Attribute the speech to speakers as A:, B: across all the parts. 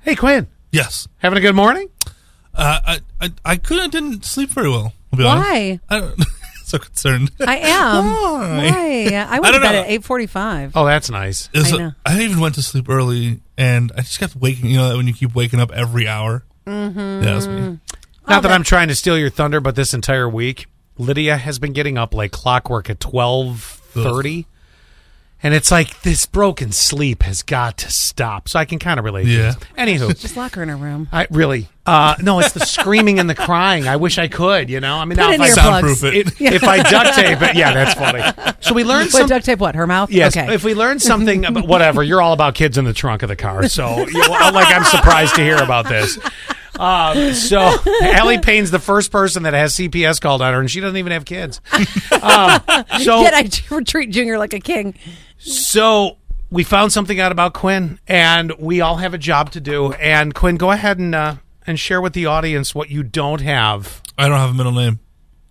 A: Hey, Quinn,
B: Yes.
A: having a good morning?
B: Uh, I, I I couldn't didn't sleep very well. I'll be
C: Why?
B: Honest. I don't, so concerned.
C: I am.
B: Why?
C: Why? I
B: I
C: went to
B: don't
C: bed
B: know.
C: at eight forty-five.
A: Oh, that's nice.
B: It was-
C: I know.
B: I even went to sleep early, and I just kept waking. You know, when you keep waking up every hour. Mm-hmm. Yeah, that was me.
A: Not Oh, that I'm trying to steal your thunder, but this entire week, Lydia has been getting up like clockwork at twelve thirty, and it's like this broken sleep has got to stop. So I can kind of relate. to
B: Yeah.
A: this. Anywho,
C: Just lock her in her room.
A: I really uh, no, it's the screaming and the crying. I wish I could. You know, I mean, now if
C: Put in
A: I
C: earplugs.
B: Soundproof it.
A: if, if I duct tape it, yeah, that's funny. So we learned
C: What
A: something.
C: duct tape? What her mouth?
A: Yes.
C: Okay.
A: If we learn something about whatever, you're all about kids in the trunk of the car. So, you know, like, I'm surprised to hear about this. Um, so, Allie Payne's the first person that has CPS called on her, and she doesn't even have kids. Um, so,
C: Did I treat Junior like a king?
A: so we found something out about Quinn, and we all have a job to do. And Quinn, go ahead and uh, and share with the audience what you don't have.
B: I don't have a middle name.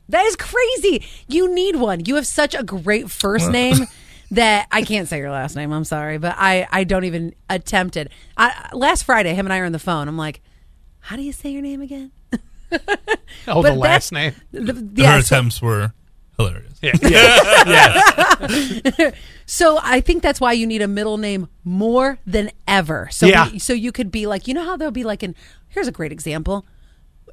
C: That is crazy. You need one. You have such a great first name that I can't say your last name. I'm sorry, but I, I don't even attempt it. I, last Friday, him and I are on the phone. I'm like, how do you say your name again?
A: Oh,
C: But
A: the
C: that-
A: last name.
C: The,
B: Her
C: yeah, so-
B: attempts were hilarious.
A: Yeah. yeah, yeah.
C: So I think that's why you need a middle name more than ever. So
A: Yeah.
C: we- so you could be like, you know how there'll be like an here's a great example.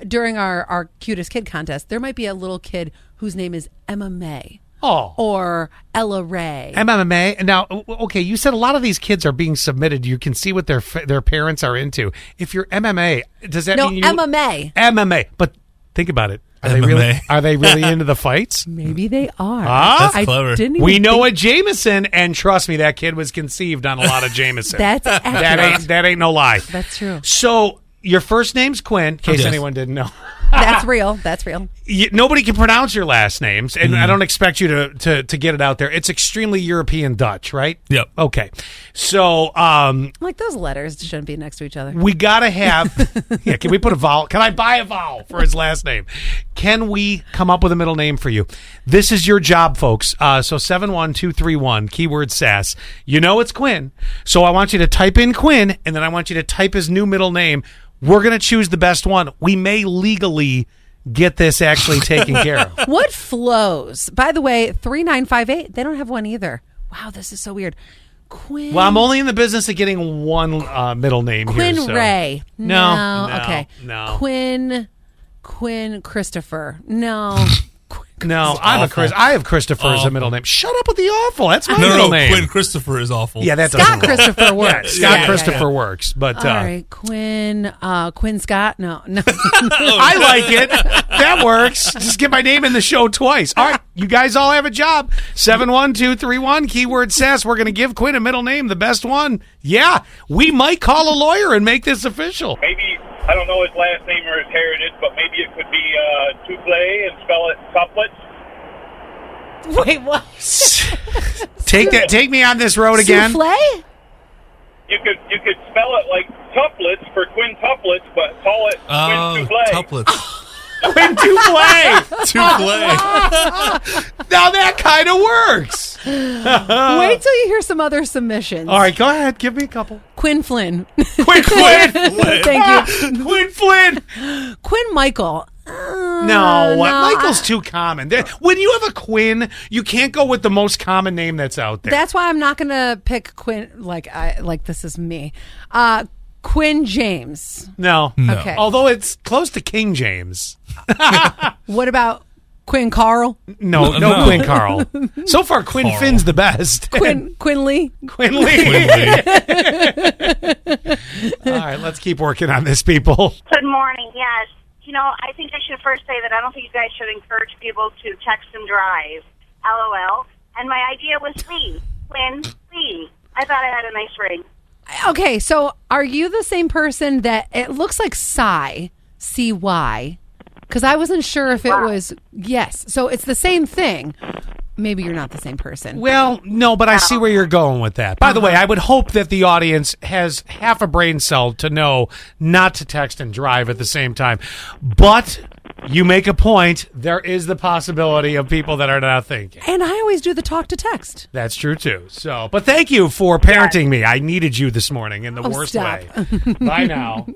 C: During our our cutest kid contest, there might be a little kid whose name is Emma May
A: Oh.
C: or Ella Ray.
A: MMA. Now, o- okay, you said a lot of these kids are being submitted. You can see what their fa- their parents are into. If you're MMA, does that
C: no,
A: mean you
C: Emma May.
A: MMA? But think about it. Are they
B: MMA.
A: really are they really into the fights?
C: Maybe they are.
A: Huh?
B: That's clever.
C: even
A: Ah. We know
C: think-
A: a Jameson, and trust me, that kid was conceived on a lot of Jameson.
C: That's
A: that
C: accurate.
A: ain't that ain't no lie.
C: That's true.
A: So your first name's Quinn, in case
B: Yes.
A: anyone didn't know.
C: That's real. That's real.
A: you, nobody can pronounce your last names, and I don't expect you to, to to get it out there. It's extremely European Dutch, right?
B: Yep.
A: Okay. So um,
C: Like those letters shouldn't be next to each other.
A: we gotta have. yeah. Can we put a vowel? Can I buy a vowel for his last name? Can we come up with a middle name for you? This is your job, folks. Uh, so seven one two three one keyword sass. You know it's Quinn. So I want you to type in Quinn, and then I want you to type his new middle name. We're gonna choose the best one. We may legally get this actually taken care of.
C: What flows? By the way, 3958, they don't have one either. Wow, this is so weird. Quinn
A: Well, I'm only in the business of getting one uh, middle name
C: Quinn
A: here. so-
C: Ray.
A: No,
C: No,
A: no,
C: Okay.
A: no.
C: Quinn. Quinn Christopher. No. Quinn-
A: No, I'm a
B: awful.
A: Chris. I have Christopher as a
B: Awful.
A: middle name. Shut up with the awful. That's my
B: No,
A: middle
B: no, no.
A: name.
B: Quinn Christopher is awful.
A: yeah, that
C: Scott
A: doesn't roll.
C: Christopher
A: Yeah,
C: works.
A: Scott
C: Yeah, yeah,
A: Christopher works, but uh,
C: yeah. All right, Quinn. Uh, Quinn Scott. No, no.
B: Oh,
A: I like it. That works. Just get my name in the show twice. All right, you guys all have a job. Seven one two three one keyword sass. We're gonna give Quinn a middle name, the best one. Yeah, we might call a lawyer and make this official.
D: maybe I don't know his last name or his heritage, but maybe it could be uh, Tuple and spell it couplets.
C: Wait, what?
A: Take that. Take me on this road again.
C: Souffle?
D: You could you could spell it like tuplets for quintuplets, but call it
B: Oh,
D: quintuple.
B: tuplets.
A: Quinn to play.
B: Two play.
A: Now that kind of works.
C: Wait till you hear some other submissions.
A: Uh, All right, go ahead. Give me a couple.
C: Quinn Flynn.
A: Quinn Flynn. Ah.
C: Thank you.
A: Quinn Flynn.
C: Quinn Michael. Uh,
A: No, what?
C: no,
A: Michael's too common. There- When you have a Quinn, you can't go with the most common name that's out there.
C: That's why I'm not going to pick Quinn. Like I like this is me. Uh, Quinn James.
A: no.
C: Okay.
A: Although it's close to King James.
C: What about Quinn Carl?
A: No, no,
B: No, no.
A: Quinn Carl. So far, Quinn
B: Carl.
A: Finn's the best.
C: Quinn Quinley.
A: Quinn Lee.
B: Quinn Lee.
A: All right, let's keep working on this, people.
E: Good morning. Yes. You know, I think I should first say that I don't think you guys should encourage people to text and drive. LOL. And my idea was Lee. Quinn Lee. I thought I had a nice ring.
C: Okay, so are you the same person that it looks like Psy C Y? Because I wasn't sure if it was yes. So it's the same thing. Maybe you're not the same person.
A: Well, no, but I see where you're going with that. By the
C: Uh-huh.
A: way, I would hope that the audience has half a brain cell to know not to text and drive at the same time. But You make a point. There is the possibility of people that are not thinking.
C: And I always do the talk to text.
A: That's true too. So, but thank you for parenting me. I needed you this morning in the
C: Oh,
A: worst
C: stop.
A: way. Bye now.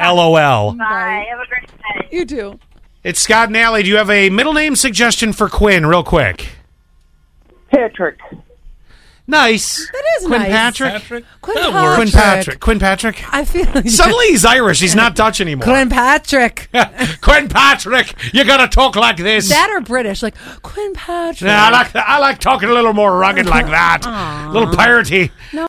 A: LOL.
E: Bye. Have a great day.
C: You do.
A: It's Scott and Allie. Do you have a middle name suggestion for Quinn, real quick?
F: Patrick.
A: Nice.
C: That is
A: Quinn
C: nice.
A: Patrick.
B: Patrick.
C: Quinn
B: That
C: Patrick.
B: works.
A: Quinn Patrick. Quinn Patrick.
C: I feel
A: Suddenly he's Irish. He's not Dutch anymore.
C: Quinn Patrick.
A: Quinn Patrick, you gotta talk like this.
C: that or British, like Quinn Patrick.
A: yeah, I like I like talking a little more rugged like that. A little parity.